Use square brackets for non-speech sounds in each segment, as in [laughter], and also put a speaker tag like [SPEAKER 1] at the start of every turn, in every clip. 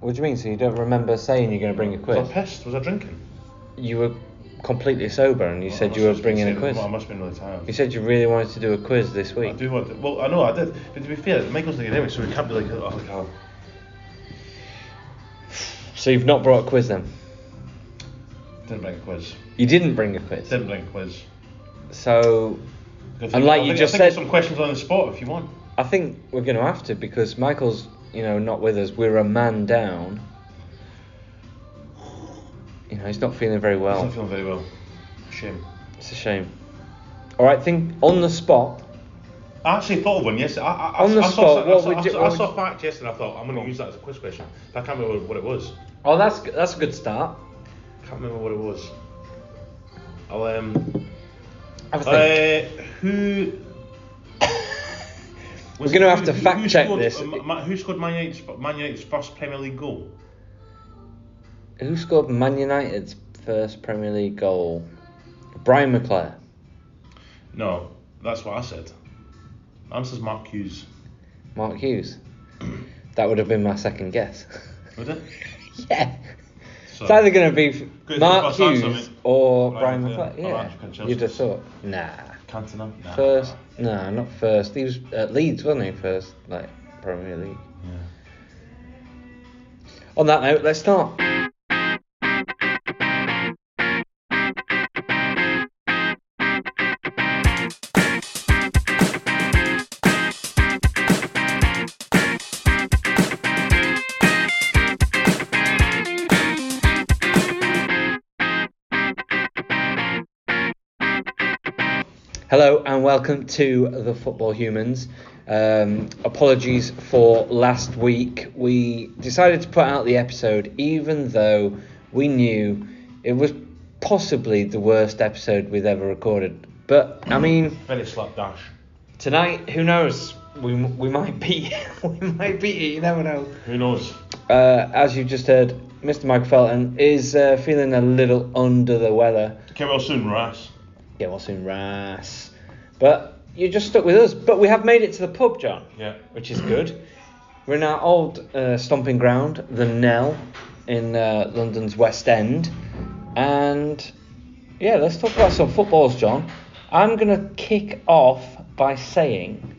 [SPEAKER 1] What do you mean? So you don't remember saying you're going to bring a
[SPEAKER 2] Was
[SPEAKER 1] quiz?
[SPEAKER 2] I pissed? Was I drinking?
[SPEAKER 1] You were completely sober and you
[SPEAKER 2] I
[SPEAKER 1] said
[SPEAKER 2] must
[SPEAKER 1] you were
[SPEAKER 2] have been
[SPEAKER 1] bringing a
[SPEAKER 2] sitting-
[SPEAKER 1] quiz.
[SPEAKER 2] well, I must have been really tired.
[SPEAKER 1] You said you really wanted to do a quiz this
[SPEAKER 2] I
[SPEAKER 1] week.
[SPEAKER 2] do want to. Well, I know I did. But to be fair, Michael's the anyway, so we can't be like, oh, like, oh.
[SPEAKER 1] So you've not brought a quiz then?
[SPEAKER 2] Didn't bring a quiz.
[SPEAKER 1] You didn't bring a quiz.
[SPEAKER 2] Didn't bring a quiz.
[SPEAKER 1] So
[SPEAKER 2] I think-
[SPEAKER 1] And like
[SPEAKER 2] I
[SPEAKER 1] you
[SPEAKER 2] think-
[SPEAKER 1] just
[SPEAKER 2] I think
[SPEAKER 1] said-
[SPEAKER 2] some questions on the spot if you want.
[SPEAKER 1] I think we're going to have to because Michael's, you know, not with us. We're a man down. You know, he's not feeling very
[SPEAKER 2] I'm
[SPEAKER 1] well.
[SPEAKER 2] not feeling very well. Shame.
[SPEAKER 1] It's a shame. All right, think on the spot.
[SPEAKER 2] I actually thought of one yesterday. I, I, I-
[SPEAKER 1] On the
[SPEAKER 2] I saw
[SPEAKER 1] spot,
[SPEAKER 2] something- I
[SPEAKER 1] what
[SPEAKER 2] saw,
[SPEAKER 1] would
[SPEAKER 2] I
[SPEAKER 1] you-
[SPEAKER 2] saw-
[SPEAKER 1] what
[SPEAKER 2] I
[SPEAKER 1] would
[SPEAKER 2] saw
[SPEAKER 1] you-
[SPEAKER 2] a fact yesterday and I thought, I'm going to use that as a quiz question. But I can't remember what it was.
[SPEAKER 1] Oh, that's that's a good start.
[SPEAKER 2] can't remember what it was. I'll, um,
[SPEAKER 1] Have a think.
[SPEAKER 2] uh,
[SPEAKER 1] [laughs]
[SPEAKER 2] who.
[SPEAKER 1] We're gonna have
[SPEAKER 2] who-
[SPEAKER 1] to
[SPEAKER 2] who-
[SPEAKER 1] fact
[SPEAKER 2] who
[SPEAKER 1] check
[SPEAKER 2] scored,
[SPEAKER 1] this.
[SPEAKER 2] uh, Ma- who scored Man United's, Man United's first Premier League goal?
[SPEAKER 1] Who scored Man United's first Premier League goal? Brian McClare.
[SPEAKER 2] No, that's what I said. Answer's Mark Hughes.
[SPEAKER 1] Mark
[SPEAKER 2] [clears throat]
[SPEAKER 1] Hughes. That would have been my second guess. [laughs]
[SPEAKER 2] Would it?
[SPEAKER 1] yeah.
[SPEAKER 2] So-
[SPEAKER 1] it's either going to be
[SPEAKER 2] Good,
[SPEAKER 1] Mark
[SPEAKER 2] first answer,
[SPEAKER 1] Hughes
[SPEAKER 2] mate.
[SPEAKER 1] or Brian
[SPEAKER 2] Brian McClure.
[SPEAKER 1] McClure.
[SPEAKER 2] Or
[SPEAKER 1] Yeah.
[SPEAKER 2] Andrew Conchelsea's.
[SPEAKER 1] You'd have thought, nah.
[SPEAKER 2] Cantona? Nah.
[SPEAKER 1] First, nah, not first. He was at Leeds, wasn't he? First, like Premier League.
[SPEAKER 2] Yeah.
[SPEAKER 1] On that note, let's start. Hello and welcome to the Football Humans. Um, apologies for last week. We decided to put out the episode even though we knew it was possibly the worst episode we've ever recorded. But I mean,
[SPEAKER 2] Very slapdash.
[SPEAKER 1] tonight, who knows? We, we might be [laughs] we might be you never know.
[SPEAKER 2] Who knows?
[SPEAKER 1] Uh, as you just heard, Mr. Mike Felton is uh, feeling a little under the weather.
[SPEAKER 2] Okay, well, soon, Rice.
[SPEAKER 1] Yeah, well, soon Ras. But you just stuck with us. But we have made it to the pub, John.
[SPEAKER 2] Yeah.
[SPEAKER 1] Which is good. We're in our old uh, stomping ground, the Nell, in uh, London's West End. And yeah, let's talk about some footballs, John. I'm going to kick off by saying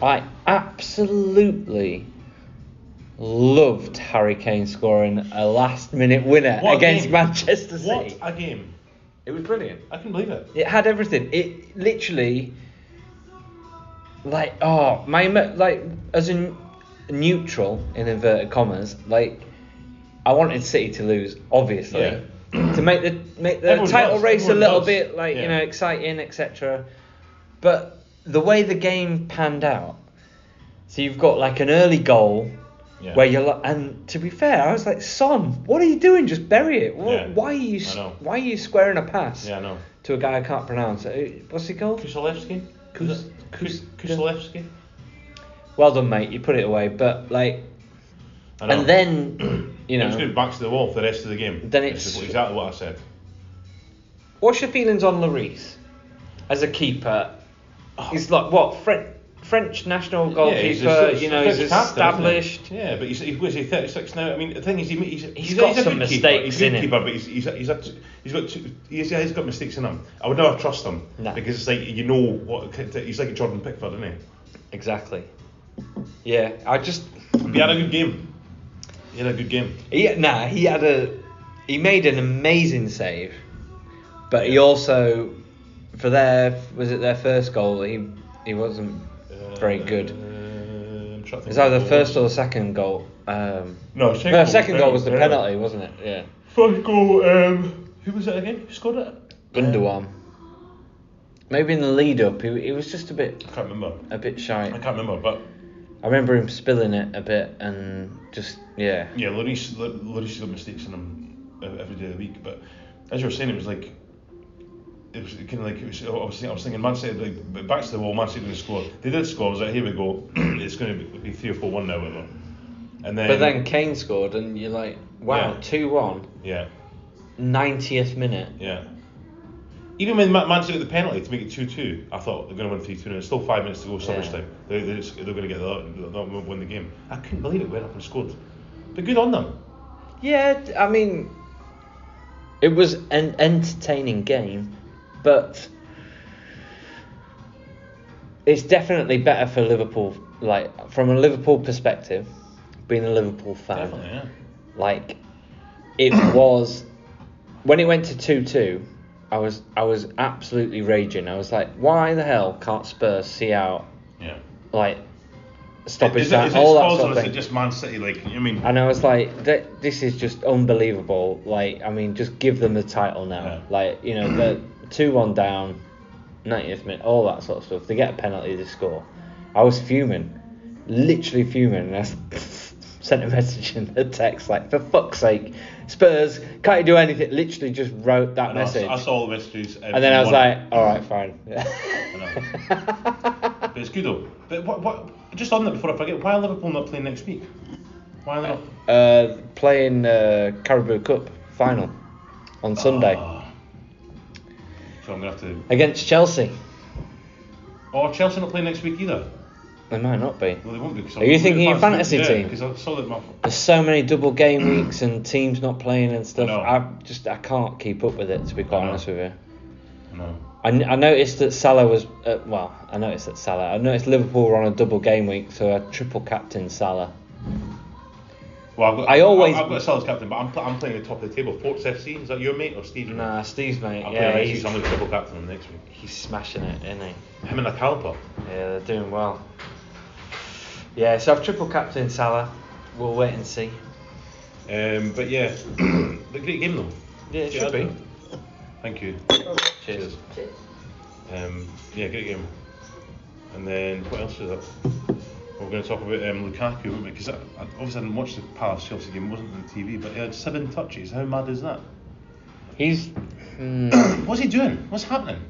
[SPEAKER 1] I absolutely loved Harry Kane scoring a last minute winner
[SPEAKER 2] What a
[SPEAKER 1] against
[SPEAKER 2] game.
[SPEAKER 1] Manchester City.
[SPEAKER 2] What a game.
[SPEAKER 1] It was brilliant.
[SPEAKER 2] I can believe it.
[SPEAKER 1] It had everything. It literally, like, oh my, emo- like as in neutral in inverted commas, like I wanted City to lose, obviously, to make the make the
[SPEAKER 2] Everyone
[SPEAKER 1] title
[SPEAKER 2] does,
[SPEAKER 1] race a
[SPEAKER 2] everyone
[SPEAKER 1] little
[SPEAKER 2] does.
[SPEAKER 1] bit like
[SPEAKER 2] Yeah.
[SPEAKER 1] you know exciting, etc. But the way the game panned out, so you've got like an early goal.
[SPEAKER 2] Yeah.
[SPEAKER 1] Where you're like, and to be fair, I was like, Son, what are you doing? Just bury it. Wh-
[SPEAKER 2] Yeah.
[SPEAKER 1] Why are you? s-
[SPEAKER 2] I know.
[SPEAKER 1] Why are you squaring a pass?
[SPEAKER 2] Yeah, I know.
[SPEAKER 1] to a guy I can't pronounce. it. What's he called?
[SPEAKER 2] Kusalevski?
[SPEAKER 1] Kus-
[SPEAKER 2] Is it- Kus-
[SPEAKER 1] Kus-
[SPEAKER 2] Kusalevski?
[SPEAKER 1] Well done, mate. You put it away, but like,
[SPEAKER 2] I know.
[SPEAKER 1] and then [clears throat] you
[SPEAKER 2] It was
[SPEAKER 1] know,
[SPEAKER 2] good back to the wall for the rest of the game.
[SPEAKER 1] Then
[SPEAKER 2] This
[SPEAKER 1] it's-
[SPEAKER 2] is exactly what I said.
[SPEAKER 1] what's your feelings on Lloris as a keeper? He's like what French French national goalkeeper. you know, he's
[SPEAKER 2] French captain, isn't he?
[SPEAKER 1] established.
[SPEAKER 2] Yeah, but he's, he's, what is he, 36 now. I mean, the thing is, he, he's, he's,
[SPEAKER 1] He's got
[SPEAKER 2] a
[SPEAKER 1] some
[SPEAKER 2] good keeper.
[SPEAKER 1] mistakes
[SPEAKER 2] He's a
[SPEAKER 1] in
[SPEAKER 2] good
[SPEAKER 1] him.
[SPEAKER 2] keeper, but he's, he's, he's, actually- he's got two, he's, he's got mistakes in him. I would never trust him
[SPEAKER 1] No.
[SPEAKER 2] because it's like you know what he's like a Jordan Pickford, isn't
[SPEAKER 1] Exactly. Yeah, I just
[SPEAKER 2] he? But he had a good game. He had a good game.
[SPEAKER 1] he, nah. He had a he made an amazing save, but he also for their was it their first goal? He he wasn't very good.
[SPEAKER 2] Uh, I'm trying to think
[SPEAKER 1] It was either the
[SPEAKER 2] what
[SPEAKER 1] first
[SPEAKER 2] was.
[SPEAKER 1] or the second goal. Um,
[SPEAKER 2] No,
[SPEAKER 1] no,
[SPEAKER 2] second
[SPEAKER 1] second,
[SPEAKER 2] goal
[SPEAKER 1] goal was
[SPEAKER 2] was
[SPEAKER 1] the
[SPEAKER 2] penalty.
[SPEAKER 1] penalty, wasn't it? Yeah.
[SPEAKER 2] First goal, um, who was it again? Who scored it?
[SPEAKER 1] Gundogan. Maybe in the lead up, he, he was just a bit
[SPEAKER 2] I can't remember.
[SPEAKER 1] a bit
[SPEAKER 2] I
[SPEAKER 1] shy.
[SPEAKER 2] can't remember, but
[SPEAKER 1] I remember him spilling it a bit and just yeah.
[SPEAKER 2] yeah, Lloris, Lor- Lloris has got mistakes in him ev- every day of the week. But as you were saying, it was like it was kind of like it was, I was thinking, I was thinking Man City like b- back to the wall. Man City going to score. They did score. I was like, here we go. [clears throat] it's going to be three or four one now, whatever. And then
[SPEAKER 1] But then Kane scored and you're like, wow,
[SPEAKER 2] Yeah.
[SPEAKER 1] two one,
[SPEAKER 2] yeah,
[SPEAKER 1] ninetieth minute.
[SPEAKER 2] yeah. Even when Ma- Man City got the penalty to make it two two, I thought they're going to win three two. And it's still five minutes to go. Stoppage
[SPEAKER 1] Yeah.
[SPEAKER 2] time. They, they're, just- they're going to get that. They'll win the game. I couldn't believe it. Went up and scored. But good on them.
[SPEAKER 1] Yeah, d- I mean, it was an entertaining game, but it's definitely better for Liverpool. Like from a Liverpool perspective, being a Liverpool fan,
[SPEAKER 2] Definitely, yeah.
[SPEAKER 1] like it [coughs] was when it went to two two. I was I was absolutely raging. I was like, why the hell can't Spurs see out
[SPEAKER 2] Yeah.
[SPEAKER 1] like stoppage
[SPEAKER 2] is it,
[SPEAKER 1] time,
[SPEAKER 2] is it
[SPEAKER 1] all that
[SPEAKER 2] Spurs
[SPEAKER 1] sort
[SPEAKER 2] or
[SPEAKER 1] of
[SPEAKER 2] is
[SPEAKER 1] thing?
[SPEAKER 2] it just Man City? Like, you know what I mean,
[SPEAKER 1] And I was like, th- this is just unbelievable. Like, I mean, just give them the title now.
[SPEAKER 2] Yeah.
[SPEAKER 1] Like, you know, they're 2 1 down, 90th minute, all that sort of stuff. They get a penalty, they score. I was fuming, literally fuming. And I s- [laughs] sent a message in the text, like, for fuck's sake, Spurs, can't you do anything? Literally just wrote that
[SPEAKER 2] I know, I,
[SPEAKER 1] message.
[SPEAKER 2] saw- I saw all the messages.
[SPEAKER 1] and then I was
[SPEAKER 2] everyone-
[SPEAKER 1] like, all right, fine. [laughs]
[SPEAKER 2] But it's good though. But what, what, just on that before I forget, why are Liverpool not playing next week? Why are they not?
[SPEAKER 1] uh, playing uh, Caribou Cup final on Sunday.
[SPEAKER 2] Ah. so I'm gonna have to.
[SPEAKER 1] against Chelsea.
[SPEAKER 2] Or Chelsea not playing next week either.
[SPEAKER 1] They might not be.
[SPEAKER 2] Well, they won't be. 'cause
[SPEAKER 1] Are
[SPEAKER 2] I'm-
[SPEAKER 1] you thinking your
[SPEAKER 2] I'm-
[SPEAKER 1] fantasy
[SPEAKER 2] yeah,
[SPEAKER 1] team?
[SPEAKER 2] Because I saw that my.
[SPEAKER 1] There's so many double [clears throat] game weeks and teams not playing and stuff.
[SPEAKER 2] know.
[SPEAKER 1] I just I can't keep up with it to be quite
[SPEAKER 2] know.
[SPEAKER 1] honest with you.
[SPEAKER 2] I know.
[SPEAKER 1] I, n- I noticed that Salah was uh, well. I noticed that Salah. I noticed Liverpool were on a double game week, so I triple captain Salah.
[SPEAKER 2] Well, I've got,
[SPEAKER 1] I always-
[SPEAKER 2] I've, I've got Salah as captain, but I'm, pl- I'm playing at the top of the table. Forts FC. Is that your mate or Steve's mate?
[SPEAKER 1] Nah, Steve's mate.
[SPEAKER 2] I'm
[SPEAKER 1] yeah,
[SPEAKER 2] playing next week,
[SPEAKER 1] he's,
[SPEAKER 2] so I'm going to double captain him next week.
[SPEAKER 1] he's smashing it, isn't he?
[SPEAKER 2] Him and Acalpa.
[SPEAKER 1] Yeah, they're doing well. Yeah, so I've triple captain Salah. We'll wait and see.
[SPEAKER 2] Um, but yeah, [clears throat] the great game though.
[SPEAKER 1] Yeah, it
[SPEAKER 2] Get
[SPEAKER 1] should
[SPEAKER 2] out
[SPEAKER 1] be.
[SPEAKER 2] there. Thank you.
[SPEAKER 1] Cheers.
[SPEAKER 2] Um, yeah, great game. And then what else is up? We're going to talk about um, Lukaku because I, I obviously I didn't watch the Palace Chelsea game, it wasn't on the TV, but he had seven touches. How mad is that?
[SPEAKER 1] He's. hmm.
[SPEAKER 2] What's he doing? What's happening?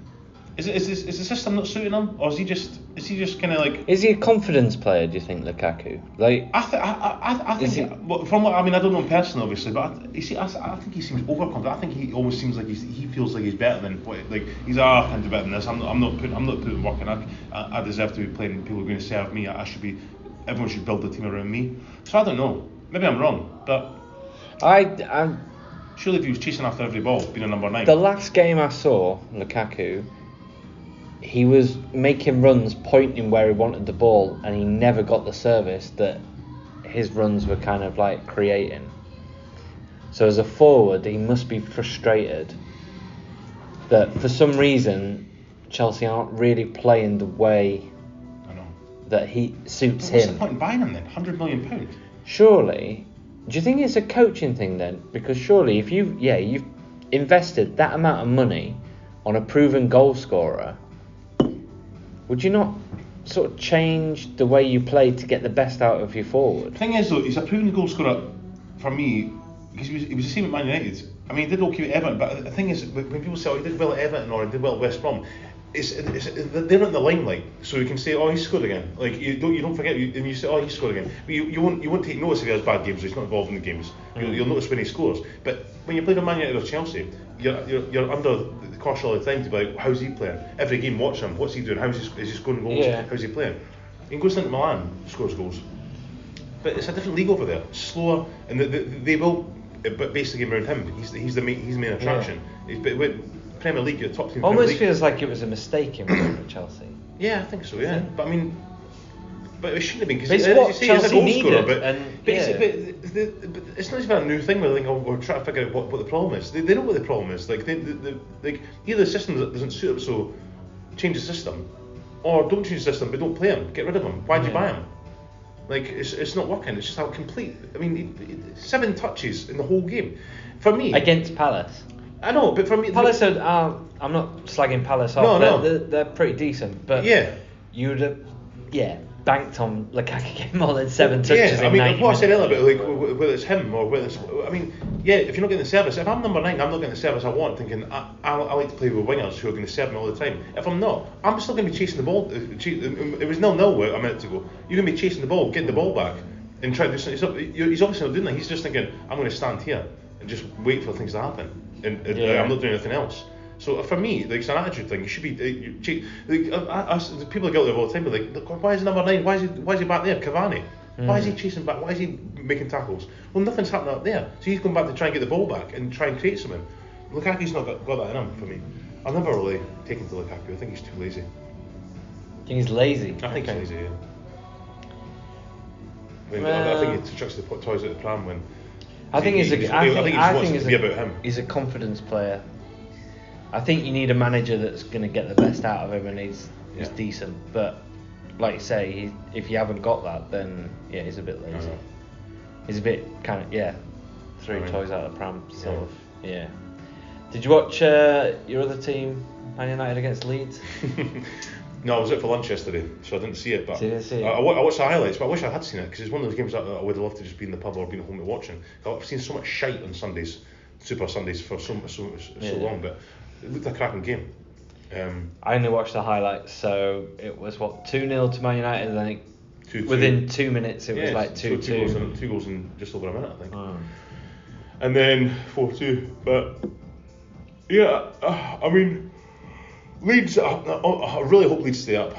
[SPEAKER 2] Is it is this is the system not suiting him, or is he just is he just kind of like?
[SPEAKER 1] Is he a confidence player? Do you think Lukaku? Like,
[SPEAKER 2] I, th- I, I, I- I think
[SPEAKER 1] Is he-
[SPEAKER 2] well, from what I mean, I don't know him personally, obviously, but I, th- you see, I, s- I think he seems overconfident. I think he almost seems like he's, he feels like he's better than what, like he's ah, I can do better than this. I'm not, I'm not putting, I'm not putting work in. I, I, I deserve to be playing. People are going to serve me. I, I should be. Everyone should build a team around me. So I don't know. Maybe I'm wrong, but
[SPEAKER 1] I, I
[SPEAKER 2] surely if he was chasing after every ball, being a number nine,
[SPEAKER 1] the last game I saw Lukaku, he was making runs, pointing where he wanted the ball, and he never got the service that his runs were kind of like creating. So as a forward, he must be frustrated that for some reason Chelsea aren't really playing the way
[SPEAKER 2] I know.
[SPEAKER 1] that he suits
[SPEAKER 2] But what's the
[SPEAKER 1] him.
[SPEAKER 2] point in buying him then? Hundred million pound.
[SPEAKER 1] surely do you think it's a coaching thing then because surely if you yeah you've invested that amount of money on a proven goal scorer would you not sort of change the way you play to get the best out of your forward
[SPEAKER 2] thing is though, he's a proven goal scorer for me because he was, he was the same at Man United. I mean, he did okay at Everton, but the thing is, when when people say, oh, he did well at Everton or he did well at West Brom, it's, it's, they're not in the limelight, so you can say, oh, he scored again. Like you don't, you don't forget, you, and you say, oh, he scored again. But you, you won't, you won't take notice if he has bad games. or He's not involved in the games. You'll, you'll notice when he scores. But when you play on Man United or Chelsea, you're, you're, you're under the caution all the time to be like, how's he playing? Every game, watch him. What's he doing? How's he, is he scoring goals?
[SPEAKER 1] Yeah.
[SPEAKER 2] How's he playing? He goes into Milan, scores goals. But it's a different league over there. Slower, and the, the, they will uh, but base the game around him. He's the, he's the main he's the main attraction. He's, but with Premier League, you're top team. in Premier
[SPEAKER 1] almost
[SPEAKER 2] League.
[SPEAKER 1] feels like it was a mistake in at Chelsea
[SPEAKER 2] Yeah, I think so. Yeah, but I mean, but it shouldn't have been because
[SPEAKER 1] It's
[SPEAKER 2] as you
[SPEAKER 1] what
[SPEAKER 2] say, he's a
[SPEAKER 1] Chelsea
[SPEAKER 2] goal scorer.
[SPEAKER 1] needed,
[SPEAKER 2] But,
[SPEAKER 1] and-
[SPEAKER 2] but, it's,
[SPEAKER 1] yeah.
[SPEAKER 2] but, the, the, but it's not even a new thing where they think, oh, we're trying to figure out what, what the problem is. They, they know what the problem is. Like they, the, the, like either the system that doesn't suit them, so change the system, or don't change the system, but don't play him. Get rid of him. Why'd you
[SPEAKER 1] Yeah.
[SPEAKER 2] buy him? Like it's, it's not working. It's just how complete. I mean, it- it- seven touches in the whole game. For me,
[SPEAKER 1] against Palace
[SPEAKER 2] I know, but for me,
[SPEAKER 1] Palace are, are I'm not slagging Palace off
[SPEAKER 2] No,
[SPEAKER 1] they're,
[SPEAKER 2] no.
[SPEAKER 1] They're, they're pretty decent but
[SPEAKER 2] Yeah.
[SPEAKER 1] you'd have yeah banked on Lukaku getting more than seven touches
[SPEAKER 2] Yeah, I
[SPEAKER 1] in
[SPEAKER 2] mean,
[SPEAKER 1] 90
[SPEAKER 2] what I said
[SPEAKER 1] minutes.
[SPEAKER 2] earlier about like wh- wh- whether it's him or whether it's, I mean, yeah, if you're not getting the service, if I'm number nine, I'm not getting the service I want. Thinking I, I, I like to play with wingers who are going to serve me all the time. If I'm not, I'm still going to be chasing the ball. uh, che- um, It was nil nil a minute ago. You're going to be chasing the ball, getting the ball back, and trying to do something. He's, not, you're- he's obviously not doing that. He's just thinking, I'm going to stand here and just wait for things to happen, and, and
[SPEAKER 1] Yeah.
[SPEAKER 2] I'm not doing anything else. So uh, for me, like it's an attitude thing. You should be. Uh, you, che- like, uh, I, I, people are guilty of all the time. But like, look, why is he number nine? Why is he? Why is he back there? Cavani. Why is he chasing back? Why is he making tackles? Well, nothing's happening up there. So he's going back to try and get the ball back and try and create something. Lukaku's not got, got that in him for me. I'll never really take him to Lukaku. I think he's too lazy.
[SPEAKER 1] I think he's lazy.
[SPEAKER 2] I think he's
[SPEAKER 1] actually.
[SPEAKER 2] lazy. Yeah. I think, I- I
[SPEAKER 1] Well-
[SPEAKER 2] think he chucks the po- toys out the pram when.
[SPEAKER 1] I think he's
[SPEAKER 2] He's-
[SPEAKER 1] a. I
[SPEAKER 2] I
[SPEAKER 1] think,
[SPEAKER 2] think he
[SPEAKER 1] I
[SPEAKER 2] just
[SPEAKER 1] think
[SPEAKER 2] wants it
[SPEAKER 1] he's
[SPEAKER 2] to
[SPEAKER 1] a,
[SPEAKER 2] be about him.
[SPEAKER 1] He's a confidence player. I think you need a manager that's going to get the best out of him and he's, he's
[SPEAKER 2] Yeah.
[SPEAKER 1] decent. But like you say, he, if you haven't got that, then yeah, he's a bit
[SPEAKER 2] I
[SPEAKER 1] lazy.
[SPEAKER 2] know.
[SPEAKER 1] He's a bit kind of yeah, three
[SPEAKER 2] Uh-huh. I mean-
[SPEAKER 1] toys out of the pram sort
[SPEAKER 2] Yeah.
[SPEAKER 1] of yeah. Did you watch uh, your other team, Man United against Leeds?
[SPEAKER 2] no, I was out for lunch yesterday, so I didn't see it. But
[SPEAKER 1] So you didn't see it?
[SPEAKER 2] I, I wa- I watched the highlights, but I wish I had seen it because it's one of those games that I would love to just be in the pub or be at home and watching. I've seen so much shite on Sundays, Super Sundays for so so, so
[SPEAKER 1] Yeah.
[SPEAKER 2] long, but it looked like a cracking game. Um,
[SPEAKER 1] I only watched the highlights, so it was what two 0 to Man United. And then it,
[SPEAKER 2] two,
[SPEAKER 1] within two minutes, it
[SPEAKER 2] yeah,
[SPEAKER 1] was
[SPEAKER 2] it's
[SPEAKER 1] like two
[SPEAKER 2] two goals
[SPEAKER 1] two.
[SPEAKER 2] in, two goals in just over a minute, I think. and then 4 2. But yeah, uh, I mean, Leeds, uh, I, I really hope Leeds stay up.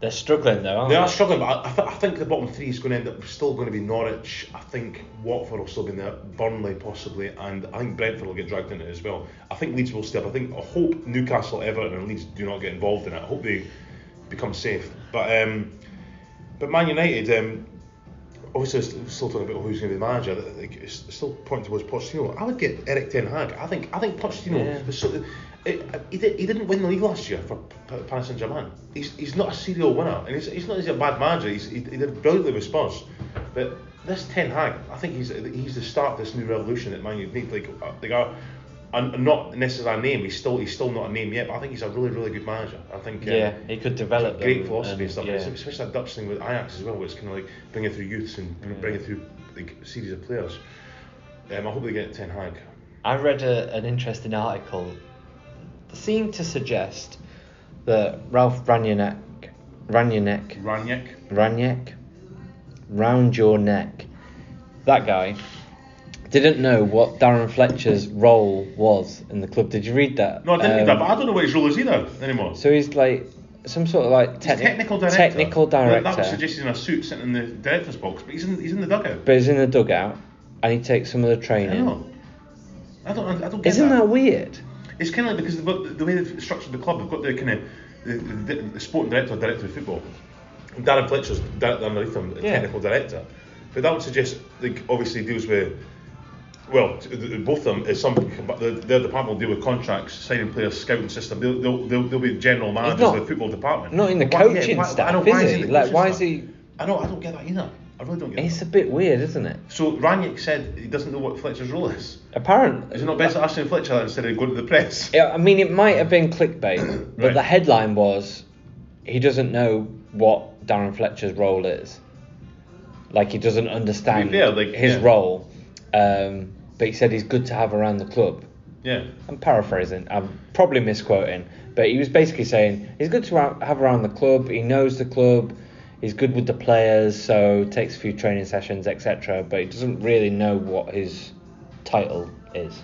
[SPEAKER 1] They're struggling though, aren't
[SPEAKER 2] They
[SPEAKER 1] they?
[SPEAKER 2] are struggling, but I, I, th- I think the bottom three is going to end up still going to be Norwich. I think Watford will still be in there, Burnley possibly, and I think Brentford will get dragged into it as well. I think Leeds will stay up. I think I hope Newcastle, Everton, and Leeds do not get involved in it. I hope they become safe. But um, but Man United, um, obviously, it's- it's still talking about who's going to be the manager. that- Like, it's it's still pointing towards Pochettino. I would get Eric Ten Hag. I think I think Pochettino.
[SPEAKER 1] Yeah.
[SPEAKER 2] was So, it, he, did, he didn't win the league last year for P- Paris Saint Germain. He's, he's not a serial winner, and he's, he's not he's a bad manager. He's, he, he did brilliantly with Spurs, but this Ten Hag, I think he's he's the start of this new revolution that Man United need. Like, uh, like uh, and not necessarily a name. He's still he's still not a name yet, but I think he's a really really good manager. I think uh,
[SPEAKER 1] Yeah, he could develop
[SPEAKER 2] great
[SPEAKER 1] them
[SPEAKER 2] philosophy
[SPEAKER 1] and-
[SPEAKER 2] and stuff.
[SPEAKER 1] yeah.
[SPEAKER 2] It's- especially that Dutch thing with Ajax as well, where it's kind of like bringing through youths and bring-
[SPEAKER 1] Yeah.
[SPEAKER 2] bringing through like series of players. Um, I hope they get Ten Hag.
[SPEAKER 1] I read a, an interesting article that seemed to suggest that Ralph Ranyanek, Ranyanek,
[SPEAKER 2] Ranić.
[SPEAKER 1] Ranyak, round your neck, that guy didn't know what Darren Fletcher's role was in the club. Did you read that?
[SPEAKER 2] No, I didn't
[SPEAKER 1] Um,
[SPEAKER 2] read that, but I don't know what his role is either anymore.
[SPEAKER 1] So he's like some sort of like
[SPEAKER 2] He's
[SPEAKER 1] techni-
[SPEAKER 2] technical director.
[SPEAKER 1] Technical
[SPEAKER 2] That- That
[SPEAKER 1] director.
[SPEAKER 2] was suggested in a suit sitting in the director's box, but he's in, he's in the dugout.
[SPEAKER 1] but he's in the dugout and he takes some of the
[SPEAKER 2] I
[SPEAKER 1] training.
[SPEAKER 2] know. I don't, I don't get
[SPEAKER 1] Isn't
[SPEAKER 2] Oh, that.
[SPEAKER 1] that weird?
[SPEAKER 2] It's kind of like because they've got the way they've structured the club, they've got the kind of the, the, the sporting director, director of football. Darren Fletcher's director underneath him, the
[SPEAKER 1] Yeah.
[SPEAKER 2] technical director. But that would suggest, like, obviously deals with, well, t- th- both of them is some, but their their department will deal with contracts, signing players, scouting system. They'll, they'll, they'll, they'll be general managers
[SPEAKER 1] not-
[SPEAKER 2] of the football department.
[SPEAKER 1] not in the
[SPEAKER 2] Why- yeah,
[SPEAKER 1] coaching
[SPEAKER 2] why-
[SPEAKER 1] staff,
[SPEAKER 2] I know,
[SPEAKER 1] is
[SPEAKER 2] why
[SPEAKER 1] he?
[SPEAKER 2] in the
[SPEAKER 1] Like,
[SPEAKER 2] coaching
[SPEAKER 1] why is
[SPEAKER 2] staff?
[SPEAKER 1] he-
[SPEAKER 2] I know, I don't get that either. I really don't get
[SPEAKER 1] It's
[SPEAKER 2] that.
[SPEAKER 1] a bit weird, isn't it?
[SPEAKER 2] So Ranić said he doesn't know what Fletcher's role is.
[SPEAKER 1] Apparently.
[SPEAKER 2] Is it not better asking Fletcher instead of going to the press?
[SPEAKER 1] Yeah, I mean, it might have been clickbait, but
[SPEAKER 2] Right.
[SPEAKER 1] the headline was he doesn't know what Darren Fletcher's role is. Like, he doesn't understand
[SPEAKER 2] fair, like,
[SPEAKER 1] his
[SPEAKER 2] yeah.
[SPEAKER 1] role. Um, but he said he's good to have around the club.
[SPEAKER 2] Yeah.
[SPEAKER 1] I'm paraphrasing, I'm probably misquoting, but he was basically saying he's good to ha- have around the club, he knows the club, he's good with the players, so takes a few training sessions, etc. But he doesn't really know what his title is.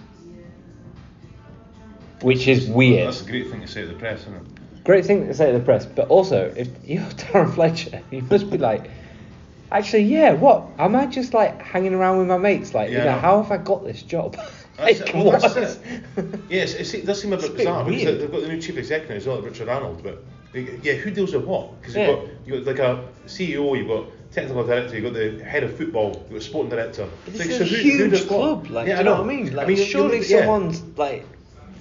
[SPEAKER 1] Which is weird.
[SPEAKER 2] That's a great thing to say to the press, isn't it?
[SPEAKER 1] Great thing to say to the press, but also if you're [laughs] Darren Fletcher, you must be like, actually, yeah, what? Am I just like hanging around with my mates? Like,
[SPEAKER 2] Yeah,
[SPEAKER 1] you
[SPEAKER 2] I
[SPEAKER 1] know,
[SPEAKER 2] know.
[SPEAKER 1] how have I got this job? [laughs]
[SPEAKER 2] That's
[SPEAKER 1] Like,
[SPEAKER 2] it. Well, that's
[SPEAKER 1] what? [laughs]
[SPEAKER 2] it. Yes, it se- does seem a
[SPEAKER 1] It's
[SPEAKER 2] bit
[SPEAKER 1] a bit
[SPEAKER 2] bizarre because
[SPEAKER 1] weird.
[SPEAKER 2] they- they've got the new chief executive as well, Richard Arnold. But they- yeah, who deals with what? Because
[SPEAKER 1] Yeah.
[SPEAKER 2] you've got you've got like a CEO, you've got technical director, you've got the head of football, you've got sporting director.
[SPEAKER 1] This
[SPEAKER 2] Like,
[SPEAKER 1] is
[SPEAKER 2] so
[SPEAKER 1] a
[SPEAKER 2] who- who
[SPEAKER 1] huge
[SPEAKER 2] does what?
[SPEAKER 1] club, like,
[SPEAKER 2] Yeah,
[SPEAKER 1] do you know what I mean? Like,
[SPEAKER 2] you- you
[SPEAKER 1] surely
[SPEAKER 2] look- yeah.
[SPEAKER 1] someone's like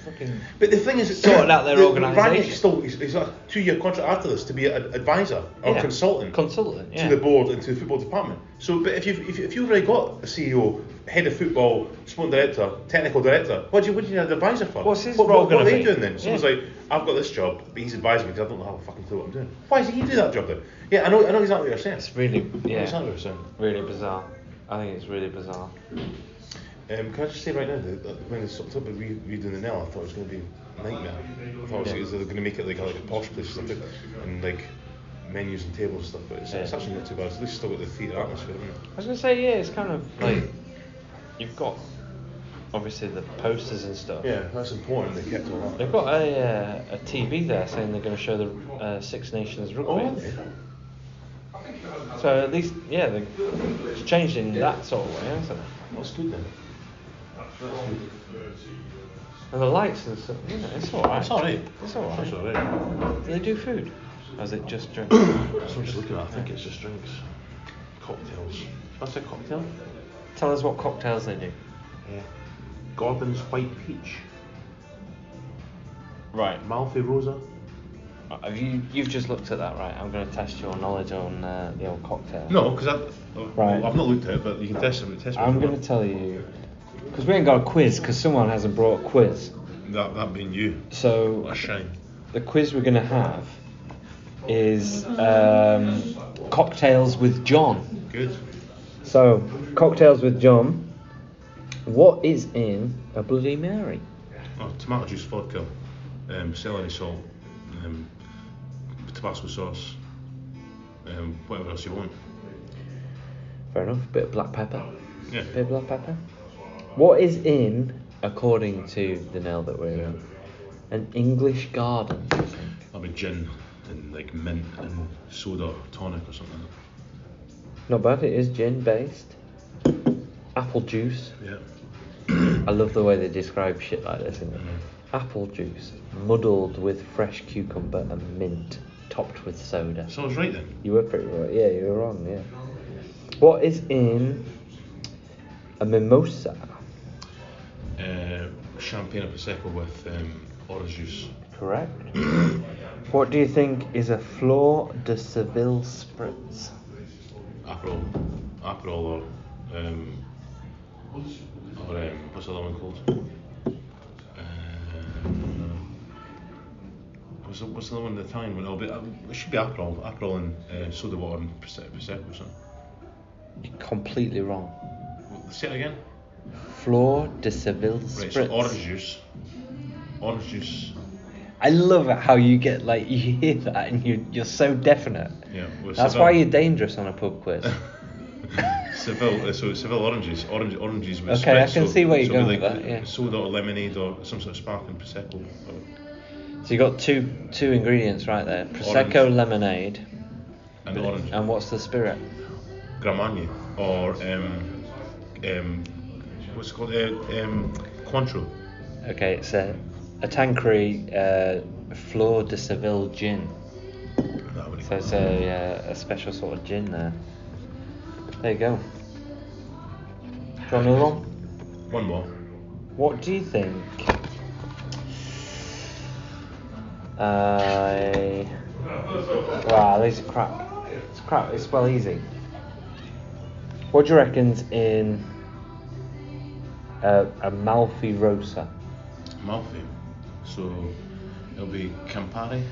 [SPEAKER 1] fucking.
[SPEAKER 2] But the thing is,
[SPEAKER 1] Sorted out their
[SPEAKER 2] the-
[SPEAKER 1] organisation.
[SPEAKER 2] Ranić still he's, he's got a two-year contract after this to be an advisor or
[SPEAKER 1] Yeah.
[SPEAKER 2] consultant.
[SPEAKER 1] Oh, Consultant, yeah.
[SPEAKER 2] to the board and to the football department. So, but if you've if, you- if you've already got a CEO, head of football, sporting director, technical director, what do you what do you need an advisor for?
[SPEAKER 1] What's his
[SPEAKER 2] what,
[SPEAKER 1] role
[SPEAKER 2] what, what
[SPEAKER 1] gonna
[SPEAKER 2] are they
[SPEAKER 1] be?
[SPEAKER 2] doing then? Someone's
[SPEAKER 1] Yeah.
[SPEAKER 2] like, I've got this job, but he's advising me because I don't have a fucking clue what I'm doing. Why does he do that job then? Yeah, I know I know exactly what you're saying.
[SPEAKER 1] It's really,
[SPEAKER 2] I know
[SPEAKER 1] yeah,
[SPEAKER 2] exactly what you're saying.
[SPEAKER 1] really bizarre. I think it's really bizarre.
[SPEAKER 2] Um, can I just say right now that, that when I talked about re- reading the Nell, I thought it was going to be a nightmare. I thought it was, they were going to make it like a, like a posh place or something, and like menus and tables and stuff. But it's, it's
[SPEAKER 1] Yeah.
[SPEAKER 2] actually not too bad. It's at least still got the theatre atmosphere, isn't it?
[SPEAKER 1] I was gonna say, yeah, it's kind of like you've got obviously the posters and stuff.
[SPEAKER 2] Yeah, that's important. They kept all that.
[SPEAKER 1] They've got a, uh, a Oh, TV there saying they're going to show the uh, Six Nations rugby.
[SPEAKER 2] Oh,
[SPEAKER 1] So at least, yeah, they, it's changed in that sort of way, hasn't it?
[SPEAKER 2] That's good then.
[SPEAKER 1] And the lights and stuff, you know, it's alright.
[SPEAKER 2] That's alright.
[SPEAKER 1] It's alright.
[SPEAKER 2] That's alright.
[SPEAKER 1] Do they do food? Or is it just drink?
[SPEAKER 2] That's what I'm just looking at. I think it's just drinks, cocktails. That's a cocktail.
[SPEAKER 1] Tell us what cocktails they do.
[SPEAKER 2] Yeah. Gordon's White Peach,
[SPEAKER 1] Right.
[SPEAKER 2] Malfi Rosa.
[SPEAKER 1] Uh, Have you, you've just looked at that, right? I'm going to test your knowledge on uh, the old cocktail.
[SPEAKER 2] No, because I've,
[SPEAKER 1] Right.
[SPEAKER 2] I've not looked at it, but you can test them. Test them
[SPEAKER 1] I'm
[SPEAKER 2] if you
[SPEAKER 1] going to
[SPEAKER 2] want.
[SPEAKER 1] tell you, because we ain't got a quiz, because someone hasn't brought a quiz.
[SPEAKER 2] That, that being you.
[SPEAKER 1] So
[SPEAKER 2] What a shame.
[SPEAKER 1] the quiz we're going to have is um, cocktails with John.
[SPEAKER 2] Good.
[SPEAKER 1] So cocktails with John. What is in a Bloody Mary?
[SPEAKER 2] Oh, tomato juice, vodka, um, celery salt, um, Tabasco sauce, um, whatever else you want.
[SPEAKER 1] Fair enough. bit of black pepper.
[SPEAKER 2] Yeah.
[SPEAKER 1] bit of black pepper. What is in, according to the nail that we're in, an English garden? do you think?
[SPEAKER 2] That'll be gin and like mint and soda or tonic or something.
[SPEAKER 1] Not bad. It is gin based. Apple juice.
[SPEAKER 2] Yeah.
[SPEAKER 1] I love the way they describe shit like this. Isn't it?
[SPEAKER 2] Mm-hmm.
[SPEAKER 1] Apple juice muddled with fresh cucumber and mint, topped with soda.
[SPEAKER 2] So I was right then.
[SPEAKER 1] You were pretty right. Yeah, you were wrong. Yeah. What is in a mimosa?
[SPEAKER 2] Uh, champagne and prosecco with um, orange juice.
[SPEAKER 1] Correct. what do you think is a Flor de Seville spritz?
[SPEAKER 2] Aperol, Aperol or um, or um, what's the other one called? Um, what's the, what's the other one? The Italian one. It'll be, it should be Aperol. Aperol and uh, soda water and Prosecco, Prosecco or something.
[SPEAKER 1] You're completely wrong.
[SPEAKER 2] Well, Say it again.
[SPEAKER 1] Flor de Seville
[SPEAKER 2] Right,
[SPEAKER 1] spritz.
[SPEAKER 2] so orange juice, orange juice.
[SPEAKER 1] I love it how you get like [laughs] you hear that and you you're so definite.
[SPEAKER 2] Yeah. With
[SPEAKER 1] That's
[SPEAKER 2] Seville.
[SPEAKER 1] why you're dangerous on a pub
[SPEAKER 2] [laughs]
[SPEAKER 1] quiz.
[SPEAKER 2] Seville, uh, so it's Seville oranges, orange oranges with
[SPEAKER 1] Okay,
[SPEAKER 2] spritz,
[SPEAKER 1] I can
[SPEAKER 2] so,
[SPEAKER 1] see where you're
[SPEAKER 2] so it'll be
[SPEAKER 1] going with
[SPEAKER 2] like
[SPEAKER 1] that, yeah.
[SPEAKER 2] Soda or lemonade or some sort of sparkling prosecco. Or,
[SPEAKER 1] so you got two two ingredients right there: prosecco,
[SPEAKER 2] Orange.
[SPEAKER 1] lemonade,
[SPEAKER 2] and orange.
[SPEAKER 1] and what's the spirit?
[SPEAKER 2] Gramagni or um, um, what's it called uh, um, Cointreau.
[SPEAKER 1] Okay, it's a a Tanqueray uh, Flor de Seville gin.
[SPEAKER 2] That would
[SPEAKER 1] So it's a, uh, a special sort of gin there. There you go. Do you want another one?
[SPEAKER 2] One more.
[SPEAKER 1] What do you think? I. Wow, these are crap. It's crap. It's well easy. What do you reckon's in a, a Malfi Rosa?
[SPEAKER 2] Malfi. So it'll be Campari.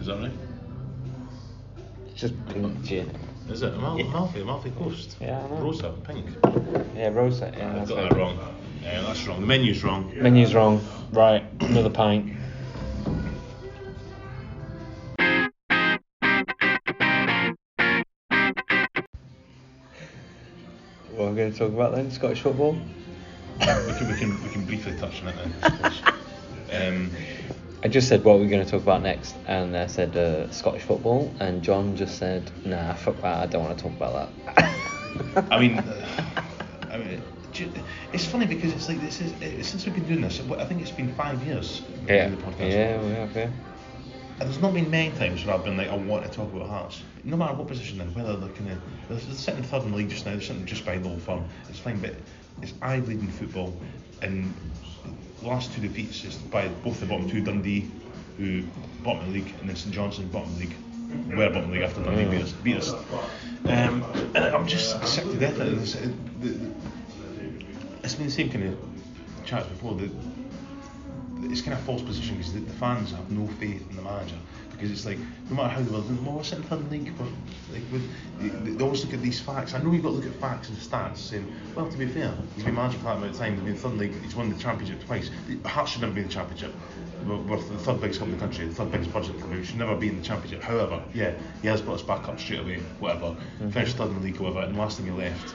[SPEAKER 2] Is that right?
[SPEAKER 1] It's just pink gin.
[SPEAKER 2] Is it Mal-
[SPEAKER 1] Yeah.
[SPEAKER 2] Malfi? Malfi Coast.
[SPEAKER 1] Yeah, I know.
[SPEAKER 2] Rosa, pink.
[SPEAKER 1] Yeah, Rosa. Yeah,
[SPEAKER 2] I
[SPEAKER 1] that's
[SPEAKER 2] got
[SPEAKER 1] what
[SPEAKER 2] that
[SPEAKER 1] it-
[SPEAKER 2] wrong. Yeah, that's wrong. The menu's wrong.
[SPEAKER 1] Menu's wrong. Right, another pint. What are we going to talk about then? Scottish football?
[SPEAKER 2] we can we can we can briefly touch on it then. I suppose. um,
[SPEAKER 1] I just said what we're going to talk about next, and I said uh, Scottish football, and John just said, nah, fuck that, I don't want to talk about that.
[SPEAKER 2] I mean, I mean, do you- it's funny because it's like this is eh, since we've been doing this. I think it's been five years. we've
[SPEAKER 1] [laughs]
[SPEAKER 2] been
[SPEAKER 1] yeah,
[SPEAKER 2] doing The podcast.
[SPEAKER 1] yeah, we have, yeah.
[SPEAKER 2] And there's not been many times where I've been like, I want to talk about Hearts. No matter what position they're, in, whether they're kind of they're they're sitting third in the league just now, they're sitting just by Old Firm. It's fine, but it's I leading football, and the last two defeats is by both the bottom two, Dundee, who bottom of the league, and then St Johnstone bottom of the league. We're bottom of the league after Dundee beat us. Beat us. Um, [clears throat] and I'm just sick to death of it. It's- it- the- it's been the same kind of chats before. The, it's kind of a false position because the, the fans have no faith in the manager because it's like no matter how they were, well, we're sitting third in the league. We're, like with, they, they always look at these facts. I know you've got to look at facts and stats. Saying, well, to be fair, he's been manager for that amount of time. They've been third in the league. He's won the championship twice. The- Hearts should never be in the championship. We're, we're the third biggest club in the country, the third biggest budget in the country. We should never be in the championship. However, yeah, he has brought us back up straight away. Whatever, finished third in the league, however, and last thing he left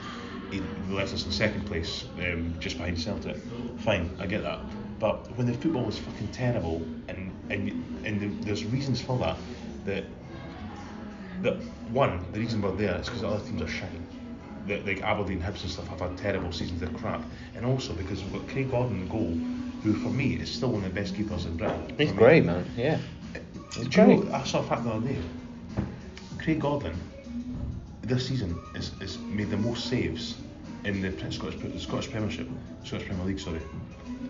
[SPEAKER 2] he left us in second place, um, just behind Celtic. Fine, I get that. But when the football is fucking terrible, and and, and the, there's reasons for that, that that one, the reason we're there is because the other teams are shine. The, like Aberdeen, Hibs, and stuff have had terrible seasons. They're crap, and also because we've got Craig Gordon in goal, who for me is still one of the best keepers in Britain.
[SPEAKER 1] He's
[SPEAKER 2] For me.
[SPEAKER 1] great, man. Yeah.
[SPEAKER 2] Do
[SPEAKER 1] He's
[SPEAKER 2] you know-
[SPEAKER 1] great.
[SPEAKER 2] I saw a fact the other day. Craig Gordon, this season, is, is made the most saves in the Pre- Scottish, Pre- Scottish Premiership, Scottish Premier League, sorry.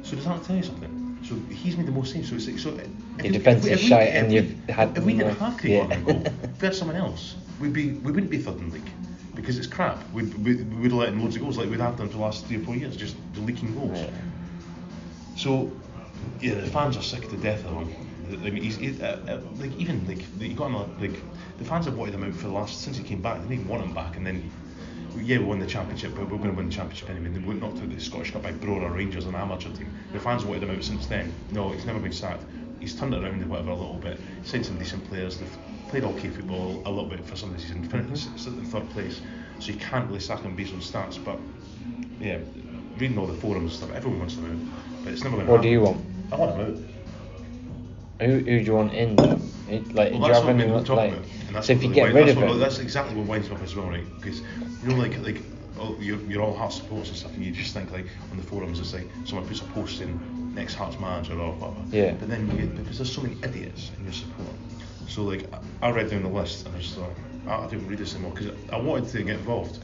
[SPEAKER 2] So does that tell you something? So he's made the most saves. So it's like, so uh, if
[SPEAKER 1] Your
[SPEAKER 2] we-
[SPEAKER 1] defence
[SPEAKER 2] if we-
[SPEAKER 1] is
[SPEAKER 2] if we-
[SPEAKER 1] shite
[SPEAKER 2] if
[SPEAKER 1] and
[SPEAKER 2] we-
[SPEAKER 1] you've had
[SPEAKER 2] If we
[SPEAKER 1] more-
[SPEAKER 2] didn't have Craig
[SPEAKER 1] yeah.
[SPEAKER 2] Gordon in goal, if we had someone else, we'd be we wouldn't be third in the league because it's crap. We'd we'd, we'd let in loads of goals like we'd had done for the last three or four years, just leaking goals.
[SPEAKER 1] Yeah.
[SPEAKER 2] So, yeah, the fans are sick to death of him. I mean, he's, he, uh, uh, like even like he got another, like the fans have wanted him out for the last since he came back. They didn't even want him back, and then yeah, we won the championship, but we're going to win the championship anyway. They went knocked out the Scottish Cup by Brora Rangers, an amateur team. The fans wanted him out since then. No, he's never been sacked. He's turned it around whatever a little bit. Signed some decent players. They've played okay football a little bit for some of the season. Finished
[SPEAKER 1] Mm-hmm.
[SPEAKER 2] sitting in third place, so you can't really sack him based on stats, but yeah, reading all the forums and stuff, everyone wants them out, but it's never going to
[SPEAKER 1] What do you want?
[SPEAKER 2] I want them out.
[SPEAKER 1] Who, who do you want in? It- Like,
[SPEAKER 2] Well,
[SPEAKER 1] do you
[SPEAKER 2] that's
[SPEAKER 1] have
[SPEAKER 2] what we've
[SPEAKER 1] any,
[SPEAKER 2] been talking
[SPEAKER 1] like,
[SPEAKER 2] about. And that's
[SPEAKER 1] so if
[SPEAKER 2] what
[SPEAKER 1] you
[SPEAKER 2] really
[SPEAKER 1] get
[SPEAKER 2] wind-
[SPEAKER 1] rid
[SPEAKER 2] that's
[SPEAKER 1] of
[SPEAKER 2] what-
[SPEAKER 1] him,
[SPEAKER 2] That's exactly what winds me up as well, right? Because, you know, like, like all, you're, you're all Hearts supporters and stuff, and you just think, like, on the forums, it's like someone puts a post in next Hearts manager or whatever.
[SPEAKER 1] Yeah.
[SPEAKER 2] But then you get, because there's so many idiots in your support. So, like, I, I read down the list and I just thought, I, I didn't read this anymore because I wanted to get involved.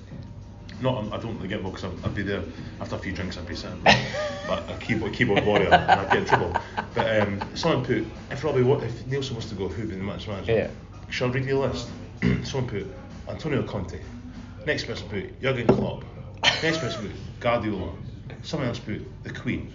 [SPEAKER 2] Not, I'm- I don't really get involved because I'd be there after a few drinks. I'd be sitting,
[SPEAKER 1] [laughs]
[SPEAKER 2] but a keyboard keyboard warrior, and I'd get in trouble. But um, someone put if Robbie, Wa- if Nielsen wants to go, who'd be the match manager?
[SPEAKER 1] Yeah.
[SPEAKER 2] Shall I read you a list? [clears throat] Someone put Antonio Conte. Next person put Jurgen Klopp. Next person put Guardiola. Someone else put the Queen.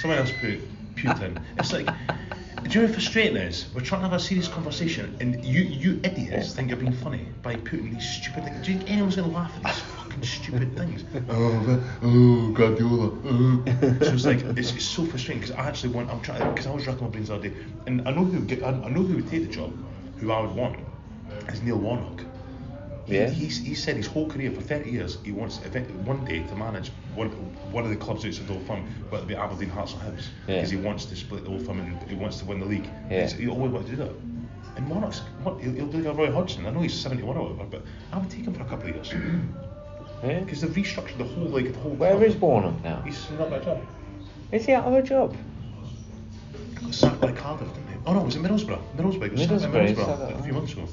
[SPEAKER 2] Someone else put Putin. It's like, do you know how frustrating it is? We're trying to have a serious conversation, and you you idiots think you're being funny by putting these stupid things. Do you think anyone's going to laugh at these fucking stupid things? Oh, the- oh, Guardiola. Oh. [laughs] So it's like, it's, it's so frustrating because I actually want, I'm trying, because I was racking my brains all day, and I know who would get, I, I know who would take the job, who I would want, is Neil Warnock. He-
[SPEAKER 1] Yeah.
[SPEAKER 2] He's, he said his whole career for 30 years he wants event, one day to manage one one of the clubs outside the Old Firm, whether it be Aberdeen, Hearts or Hibs,
[SPEAKER 1] Yeah.
[SPEAKER 2] because he wants to split the Old Firm and he wants to win the league.
[SPEAKER 1] Yeah.
[SPEAKER 2] He's- He always wanted to do that. And Warnock's, what, he'll, he'll do like a Roy Hodgson. I know he's 71 or whatever, but I would take him for a couple of years
[SPEAKER 1] yeah?
[SPEAKER 2] because they've restructured the whole league, the whole.
[SPEAKER 1] Where
[SPEAKER 2] club.
[SPEAKER 1] is Warnock now?
[SPEAKER 2] He's not got a job.
[SPEAKER 1] Is he out of a job?
[SPEAKER 2] He got sacked by Cardiff, didn't he? Oh no, it was in Middlesbrough. Middlesbrough. He got sacked by
[SPEAKER 1] Middlesbrough, he said
[SPEAKER 2] Middlesbrough
[SPEAKER 1] that,
[SPEAKER 2] like, a
[SPEAKER 1] right.
[SPEAKER 2] few months ago.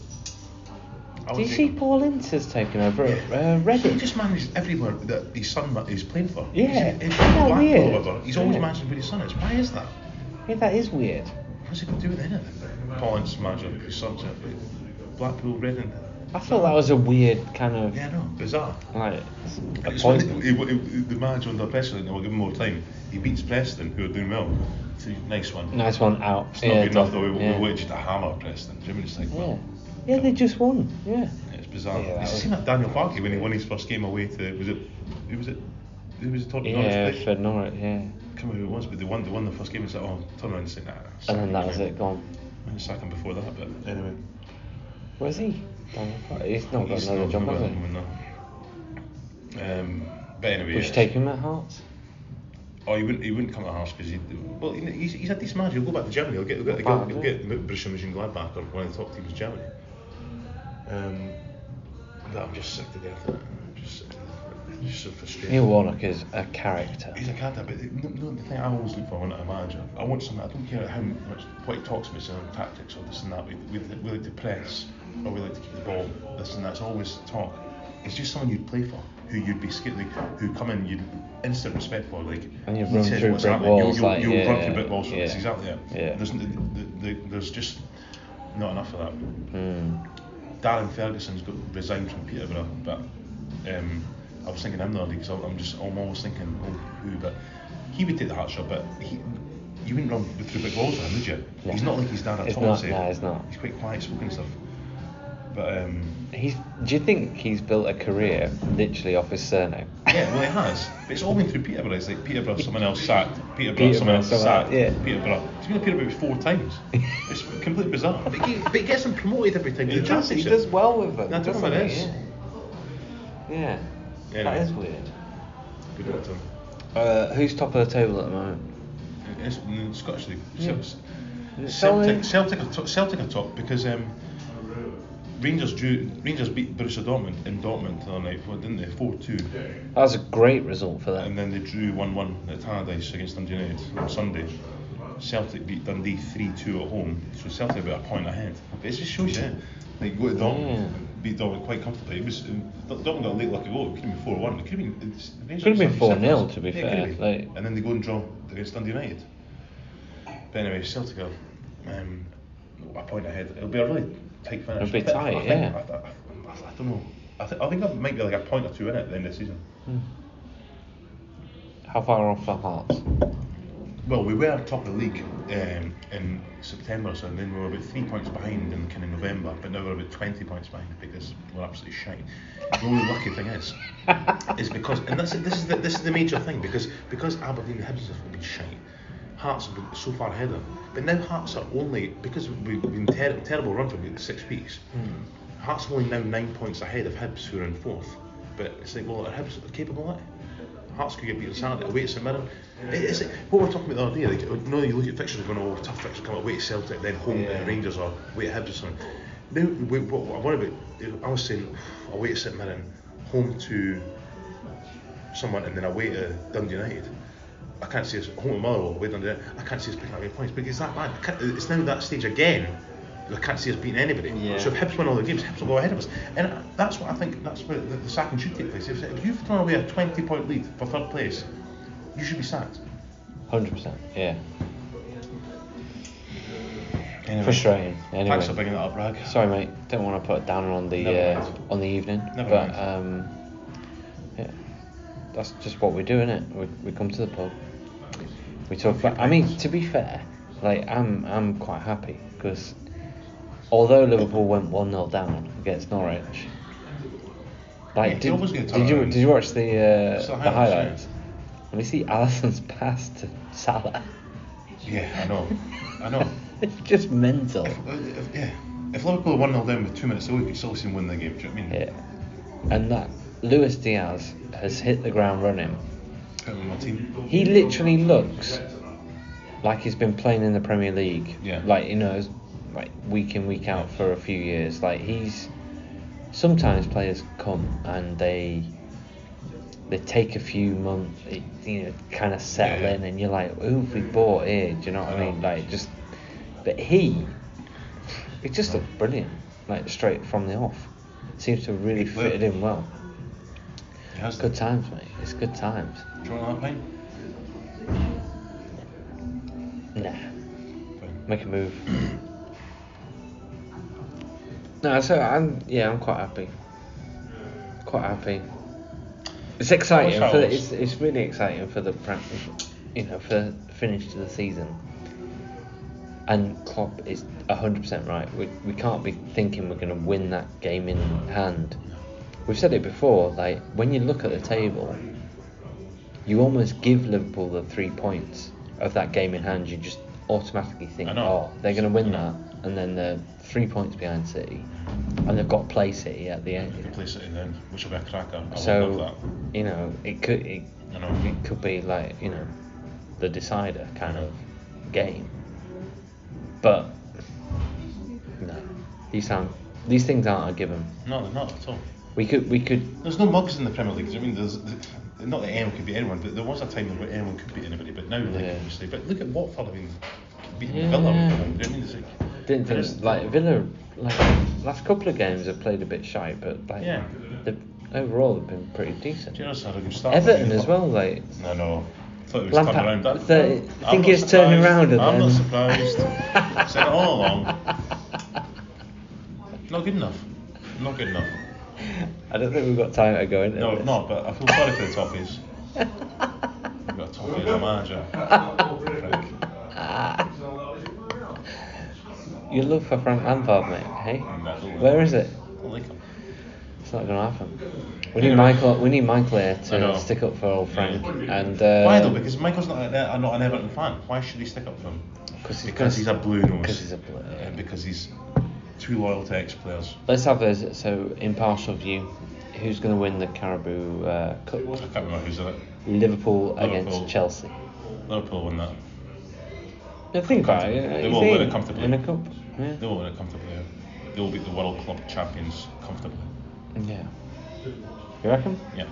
[SPEAKER 2] I
[SPEAKER 1] Do
[SPEAKER 2] would
[SPEAKER 1] you
[SPEAKER 2] take
[SPEAKER 1] see
[SPEAKER 2] him.
[SPEAKER 1] Paul Ince has taken over at uh,
[SPEAKER 2] He
[SPEAKER 1] Reading?
[SPEAKER 2] [laughs] just manages everywhere that his son ma- is playing for.
[SPEAKER 1] Yeah.
[SPEAKER 2] He's, he's,
[SPEAKER 1] Isn't that
[SPEAKER 2] Blackpool
[SPEAKER 1] weird?
[SPEAKER 2] or whatever. He's always
[SPEAKER 1] Yeah.
[SPEAKER 2] managing where his son is. Why is that?
[SPEAKER 1] Yeah, that is weird.
[SPEAKER 2] What's it got to do with anything? Collins manager, his son's at Blackpool, Reading.
[SPEAKER 1] I thought that was a weird kind of
[SPEAKER 2] Yeah, no, bizarre.
[SPEAKER 1] like
[SPEAKER 2] It's when
[SPEAKER 1] appointment.
[SPEAKER 2] he, he, he, the manager under pressure, and we'll give him more time. He beats Preston, who are doing well. It's a nice one.
[SPEAKER 1] Nice one out.
[SPEAKER 2] It's not good enough though. We,
[SPEAKER 1] yeah.
[SPEAKER 2] we waited to hammer Preston. Do you know what I mean? It's like,
[SPEAKER 1] Yeah.
[SPEAKER 2] well,
[SPEAKER 1] yeah, they just won. Yeah.
[SPEAKER 2] It's bizarre.
[SPEAKER 1] Yeah, that
[SPEAKER 2] you
[SPEAKER 1] was-
[SPEAKER 2] seen that Daniel Farkey when he won his first game away to was it who was it who was it Tottenham?
[SPEAKER 1] Yeah,
[SPEAKER 2] Norwich?
[SPEAKER 1] for Norwich. Yeah.
[SPEAKER 2] I can't remember who it was, but they won, they won the first game and said, oh, turn around and say, nah, nah. sack
[SPEAKER 1] And then
[SPEAKER 2] him,
[SPEAKER 1] that was
[SPEAKER 2] mate."
[SPEAKER 1] it. Gone.
[SPEAKER 2] And sack him before that, but anyway.
[SPEAKER 1] Where's he? Daniel Farke? He's not got
[SPEAKER 2] He's
[SPEAKER 1] another
[SPEAKER 2] not-
[SPEAKER 1] job,
[SPEAKER 2] not
[SPEAKER 1] has
[SPEAKER 2] got
[SPEAKER 1] he?
[SPEAKER 2] him, no. Um, but anyway.
[SPEAKER 1] Would
[SPEAKER 2] yeah.
[SPEAKER 1] you take him at Hearts?
[SPEAKER 2] Oh, he wouldn't, he wouldn't come to Hearts because he, well, he- he's, he's a decent manager. He'll go back to Germany. He'll get, he'll get, he'll
[SPEAKER 1] Not bad,
[SPEAKER 2] get, he'll get Borussia Mönchengladbach or one of the top teams in Germany. Um, but I'm just sick to death of it. I'm just sick to death of it. It's just so frustrating.
[SPEAKER 1] Neil Warnock is a character.
[SPEAKER 2] He's a character, but the, no, no, the thing I always look for when I'm a manager, I want someone, I don't care how much what he talks about, some tactics or this and that, we, we, we like to press or we like to keep the ball, this and that, it's always talk. It's just someone you'd play for, who you'd be scared, like, who come in, you'd instant respect for, like,
[SPEAKER 1] And you'd
[SPEAKER 2] he
[SPEAKER 1] run
[SPEAKER 2] says
[SPEAKER 1] through
[SPEAKER 2] what's
[SPEAKER 1] brick
[SPEAKER 2] happening,
[SPEAKER 1] walls,
[SPEAKER 2] you'll, you'll,
[SPEAKER 1] like,
[SPEAKER 2] you'll
[SPEAKER 1] yeah,
[SPEAKER 2] run through brick walls,
[SPEAKER 1] yeah.
[SPEAKER 2] that's exactly it.
[SPEAKER 1] Yeah.
[SPEAKER 2] There's, n- the, the, the, there's just not enough of that.
[SPEAKER 1] Hmm.
[SPEAKER 2] Darren Ferguson's got resigned from Peterborough, but um, I was thinking him the other because I'm just I'm always thinking oh, who, but he would take the hard shot, but he. You wouldn't run through big walls with him, would you?
[SPEAKER 1] No.
[SPEAKER 2] He's not like he's done at
[SPEAKER 1] It's
[SPEAKER 2] all.
[SPEAKER 1] not-
[SPEAKER 2] is he?
[SPEAKER 1] no, he's not.
[SPEAKER 2] He's quite quiet spoken and stuff. But um,
[SPEAKER 1] He's. Do you think he's built a career literally off his surname?
[SPEAKER 2] yeah, well, it has. But it's all been through Peterborough. It's like Peterborough, someone else sacked. Peterborough,
[SPEAKER 1] Peterborough,
[SPEAKER 2] someone else
[SPEAKER 1] someone
[SPEAKER 2] sacked.
[SPEAKER 1] else, yeah.
[SPEAKER 2] Peterborough. He's been to Peterborough four times. it's
[SPEAKER 1] [laughs]
[SPEAKER 2] completely bizarre. But he, but he gets him promoted every time. to the Championship.
[SPEAKER 1] well with them.
[SPEAKER 2] No, I don't know what it is.
[SPEAKER 1] Yeah.
[SPEAKER 2] Anyway.
[SPEAKER 1] That is weird.
[SPEAKER 2] Good luck to him.
[SPEAKER 1] Uh, who's top of the table at the moment?
[SPEAKER 2] It's in the Scottish League.
[SPEAKER 1] Yeah. Celtic?
[SPEAKER 2] Celtic, Celtic, Celtic, are top, Celtic are top because um, Rangers drew. Rangers beat Borussia Dortmund in Dortmund the other night, what, didn't they? Four two.
[SPEAKER 1] That was a great result for them.
[SPEAKER 2] Uh, And then they drew one one at Tannadice against Dundee United on Sunday. Celtic beat Dundee three two at home, so Celtic were a point ahead. But it just shows you, eh? they go to Dortmund,
[SPEAKER 1] Yeah.
[SPEAKER 2] beat Dortmund quite comfortably. It was um, Dort- Dortmund got a late lucky goal. It could have been four one. It could have been. It's, Rangers
[SPEAKER 1] Could have been 4-0
[SPEAKER 2] are seconds.
[SPEAKER 1] to be
[SPEAKER 2] Yeah, it could
[SPEAKER 1] fair,
[SPEAKER 2] have
[SPEAKER 1] like-
[SPEAKER 2] been. and then they go and draw against Dundee United. But anyway, Celtic are um, a point ahead. It'll be a really tight finish.
[SPEAKER 1] It'll be
[SPEAKER 2] I think-
[SPEAKER 1] tight,
[SPEAKER 2] I think-
[SPEAKER 1] yeah.
[SPEAKER 2] I, I, I, I don't know. I, th- I think I might be like a point or two in it at the end of the season.
[SPEAKER 1] How far off are Hearts?
[SPEAKER 2] Well, we were top of the league um, in September, so and then we were about three points behind in kind of November, but now we're about 20 points behind because we're absolutely shite. The only lucky thing is, is because, and that's, this, is the, this is the major thing, because because Aberdeen and Hibs have been shite, Hearts have been so far ahead of them. But now Hearts are only, because we've been ter- terrible run for about six weeks, Hearts are only now nine points ahead of Hibs, who are in fourth. But it's like, well, are Hibs capable of it? Hearts could get beaten Saturday away to St Mirren. It is what we were talking about the other day. Like, no, you look at fixtures going, oh, tough fixture come away to Celtic, then home
[SPEAKER 1] Yeah.
[SPEAKER 2] to Rangers or away to Hibs or something. Now, we, what, what I worry about, I was saying away to St Mirren, home to someone, and then away to Dundee United. I can't see us home to Motherwell, away to Dundee. United. I can't see us picking up any points because it's that bad. I can't- It's now that stage again. that I can't see us beating anybody.
[SPEAKER 1] Yeah.
[SPEAKER 2] So if Hibs win all the games, Hibs will go ahead of us. And that's what I think, that's where the, the sacking should take place. If, if you've thrown away a 20 point lead for third place, you should be sacked.
[SPEAKER 1] Hundred percent. Yeah.
[SPEAKER 2] Anyway,
[SPEAKER 1] Frustrating. Anyway.
[SPEAKER 2] Thanks for bringing that up, Rag.
[SPEAKER 1] Sorry, mate. Don't want to put it down on the
[SPEAKER 2] Never
[SPEAKER 1] uh,
[SPEAKER 2] mind.
[SPEAKER 1] on the evening.
[SPEAKER 2] Never
[SPEAKER 1] but
[SPEAKER 2] mind.
[SPEAKER 1] um, yeah, that's just what we do, innit? We we come to the pub. We talk about. I mean, to be fair, like I'm I'm quite happy because although Liverpool went one 0 down against Norwich.
[SPEAKER 2] Yeah,
[SPEAKER 1] Like,
[SPEAKER 2] they always
[SPEAKER 1] did,
[SPEAKER 2] get a
[SPEAKER 1] did you
[SPEAKER 2] turnaround.
[SPEAKER 1] did you watch the uh,
[SPEAKER 2] It's the
[SPEAKER 1] the
[SPEAKER 2] highlights,
[SPEAKER 1] highlights?
[SPEAKER 2] yeah.
[SPEAKER 1] Let me see Allison's [laughs] pass to Salah.
[SPEAKER 2] Yeah, I know. I know.
[SPEAKER 1] it's just mental.
[SPEAKER 2] If, if, yeah. if Liverpool are 1 0 down with two minutes away, we could still see them win the game. Do you know what I mean?
[SPEAKER 1] Yeah. And that Luis Diaz has hit the ground running.
[SPEAKER 2] Put them on my team.
[SPEAKER 1] He literally looks [laughs] like he's been playing in the Premier League.
[SPEAKER 2] Yeah.
[SPEAKER 1] Like you know, like week in week out for a few years. Like he's sometimes players come and they they take a few months, it- you know, kind of settle
[SPEAKER 2] Yeah, yeah.
[SPEAKER 1] in, and you're like, "Who have we bought here?" Do you know what I
[SPEAKER 2] I know.
[SPEAKER 1] mean? Like just, but he, he just looked brilliant. Like straight from the off, seems to have really
[SPEAKER 2] He will.
[SPEAKER 1] fitted in well.
[SPEAKER 2] He has
[SPEAKER 1] Good
[SPEAKER 2] them.
[SPEAKER 1] times, mate. It's good times.
[SPEAKER 2] Do you want that pint?
[SPEAKER 1] Nah,
[SPEAKER 2] Fine.
[SPEAKER 1] make a [clears throat] move. no, so I'm yeah, I'm quite happy. Quite happy. It's exciting.
[SPEAKER 2] that
[SPEAKER 1] For the,
[SPEAKER 2] was-
[SPEAKER 1] it's it's really exciting for the pra- you know for the finish to the season. And Klopp is hundred percent right. We we can't be thinking we're going to win that game in hand. We've said it before. Like when you look at the table, you almost give Liverpool the three points of that game in hand. You just automatically think,
[SPEAKER 2] I
[SPEAKER 1] oh,
[SPEAKER 2] know.
[SPEAKER 1] they're going to win that, and then they're three points behind City, and they've got to play City at the
[SPEAKER 2] We can
[SPEAKER 1] end.
[SPEAKER 2] play City then, which will be a cracker. I so,
[SPEAKER 1] So
[SPEAKER 2] love
[SPEAKER 1] you know, it could it,
[SPEAKER 2] that. I know.
[SPEAKER 1] it could be like you know, the decider kind of game. But no, these aren't these things aren't a given.
[SPEAKER 2] No, they're not at all.
[SPEAKER 1] We could we could
[SPEAKER 2] There's no mugs in the Premier League. do you know what I mean, there's not that anyone could beat anyone, but there was a time where anyone could beat anybody. But now, like
[SPEAKER 1] Yeah.
[SPEAKER 2] obviously, but look at Watford. I mean, beating
[SPEAKER 1] Yeah.
[SPEAKER 2] Villa. You know what I mean, it's like,
[SPEAKER 1] Didn't
[SPEAKER 2] there is-
[SPEAKER 1] think like Villa like last couple of games have played a bit shy, but like
[SPEAKER 2] Yeah.
[SPEAKER 1] they've, overall they've been pretty decent.
[SPEAKER 2] Do you know, had a good start.
[SPEAKER 1] Everton as well, like
[SPEAKER 2] No, no. Thought it was
[SPEAKER 1] Lampard-
[SPEAKER 2] turned around. I,
[SPEAKER 1] the-
[SPEAKER 2] I'm
[SPEAKER 1] I think
[SPEAKER 2] not
[SPEAKER 1] he was turning
[SPEAKER 2] surprised.
[SPEAKER 1] around and
[SPEAKER 2] I'm not
[SPEAKER 1] then- [laughs]
[SPEAKER 2] surprised. Said it all along. Not good enough. Not good enough.
[SPEAKER 1] I don't think we've got time to go into
[SPEAKER 2] No,
[SPEAKER 1] this.
[SPEAKER 2] no, but I feel sorry for the Toffees. We've got a Toffee and a manager. Prick.
[SPEAKER 1] You look for Frank Lampard, mate. Hey,
[SPEAKER 2] I don't know.
[SPEAKER 1] where is it?
[SPEAKER 2] I like him.
[SPEAKER 1] It's not gonna happen. We need
[SPEAKER 2] Anyway.
[SPEAKER 1] Michael. We need Michael here
[SPEAKER 2] I know.
[SPEAKER 1] to stick up for old Frank.
[SPEAKER 2] Yeah.
[SPEAKER 1] And uh,
[SPEAKER 2] Why though? Because Michael's not an, uh, not an Everton fan. Why should he stick up for him?
[SPEAKER 1] 'Cause he's-
[SPEAKER 2] because he's a blue nose.
[SPEAKER 1] because he's a blue-
[SPEAKER 2] And because he's too loyal to ex-players.
[SPEAKER 1] let's have this. So impartial view. Who's gonna win the Caribou uh, Cup?
[SPEAKER 2] I can't remember who's in it.
[SPEAKER 1] Liverpool against
[SPEAKER 2] Liverpool.
[SPEAKER 1] Chelsea.
[SPEAKER 2] Liverpool won that.
[SPEAKER 1] I think about it.
[SPEAKER 2] They
[SPEAKER 1] you
[SPEAKER 2] will win
[SPEAKER 1] think
[SPEAKER 2] it comfortably.
[SPEAKER 1] In a cup. Yeah.
[SPEAKER 2] They won't win it comfortably. they'll beat the World Club champions comfortably.
[SPEAKER 1] Yeah. You reckon?
[SPEAKER 2] Yeah.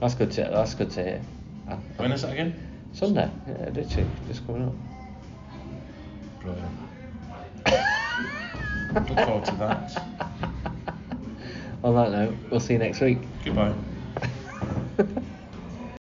[SPEAKER 1] That's good to that's good to hear. Uh,
[SPEAKER 2] When is that again?
[SPEAKER 1] Sunday, yeah, literally, just coming up.
[SPEAKER 2] Brilliant.
[SPEAKER 1] [laughs]
[SPEAKER 2] Look forward to
[SPEAKER 1] [laughs]
[SPEAKER 2] that.
[SPEAKER 1] On that note, we'll see you next week.
[SPEAKER 2] Goodbye.